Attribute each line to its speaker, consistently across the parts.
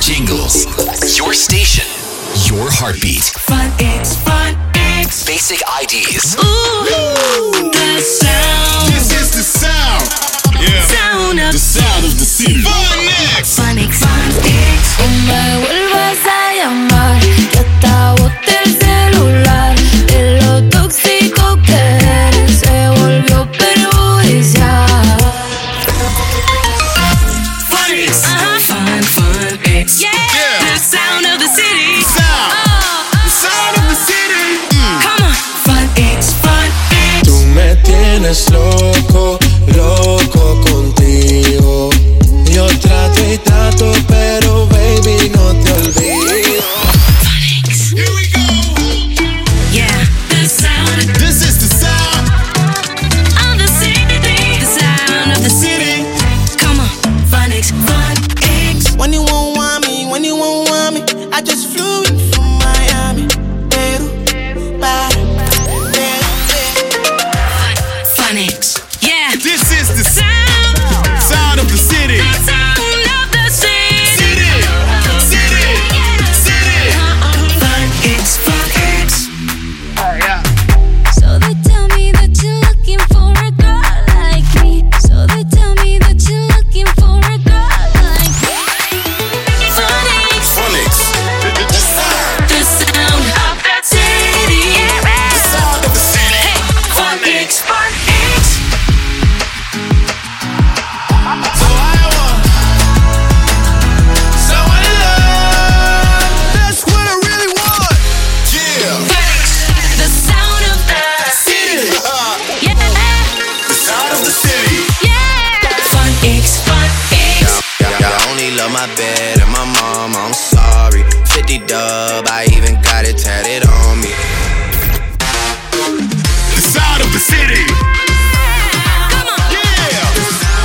Speaker 1: Jingles. Your station. Your heartbeat.
Speaker 2: Fun X, Fun X.
Speaker 1: Basic IDs.
Speaker 2: Ooh, the sound,
Speaker 3: This is the sound. Yeah.
Speaker 2: sound of
Speaker 3: The sound of the city. Fun X.
Speaker 2: Fun X, Fun X.
Speaker 4: No me vuelvas a llamar, ya está boté el celular. De lo tóxico que eres, se volvió perjudicial.
Speaker 2: Fun X. Uh-huh. Fun, Fun X. Yeah.
Speaker 3: Yeah.
Speaker 2: The sound of the city. Oh,
Speaker 3: Sound. The sound of the city. Mm.
Speaker 2: Come on. Fun X, Fun X.
Speaker 5: Tú me tienes loco, loco contigo. Yo trato y trato, pero baby no te olvido.
Speaker 2: Fun X.
Speaker 3: Here we go.
Speaker 2: Yeah. The sound
Speaker 3: This is the sound.
Speaker 2: of the city. The sound of the city. Come on. Fun X, Fun X.
Speaker 6: When you won't want me, when you won't want me, I just flew in from Miami. Peru, para, Peru,
Speaker 2: Fun X. Yeah.
Speaker 3: This is the s-
Speaker 2: Sound.
Speaker 3: sound of the city.
Speaker 2: The sound of the city.
Speaker 3: City. City. City.
Speaker 2: Fun X, Fun X.
Speaker 4: So they tell me that you're looking for a girl like me. So they tell me that you're looking for a girl like me.
Speaker 2: Fun X.
Speaker 3: Fun X. The sound.
Speaker 2: The sound of the city.
Speaker 3: The sound of the city.
Speaker 2: Hey, Fun X, Fun X.
Speaker 3: So I want someone to love. That's what I really want. Yeah.
Speaker 2: Fun X. The sound of the
Speaker 3: City. Uh,
Speaker 2: Yeah,
Speaker 3: the sound of the city.
Speaker 2: yeah. Fun X, Fun X.
Speaker 7: Y'all, y'all only love my bed and my mom, I'm sorry. 50 dub, I even got it tatted on me.
Speaker 3: The sound of the city.
Speaker 2: Come on,
Speaker 3: Yeah.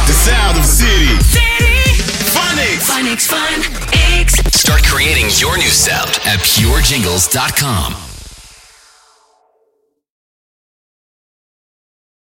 Speaker 3: The sound of the city.
Speaker 2: city.
Speaker 3: Fun X.
Speaker 2: Fun X, Fun X.
Speaker 1: Start creating your new sound at purejingles.com.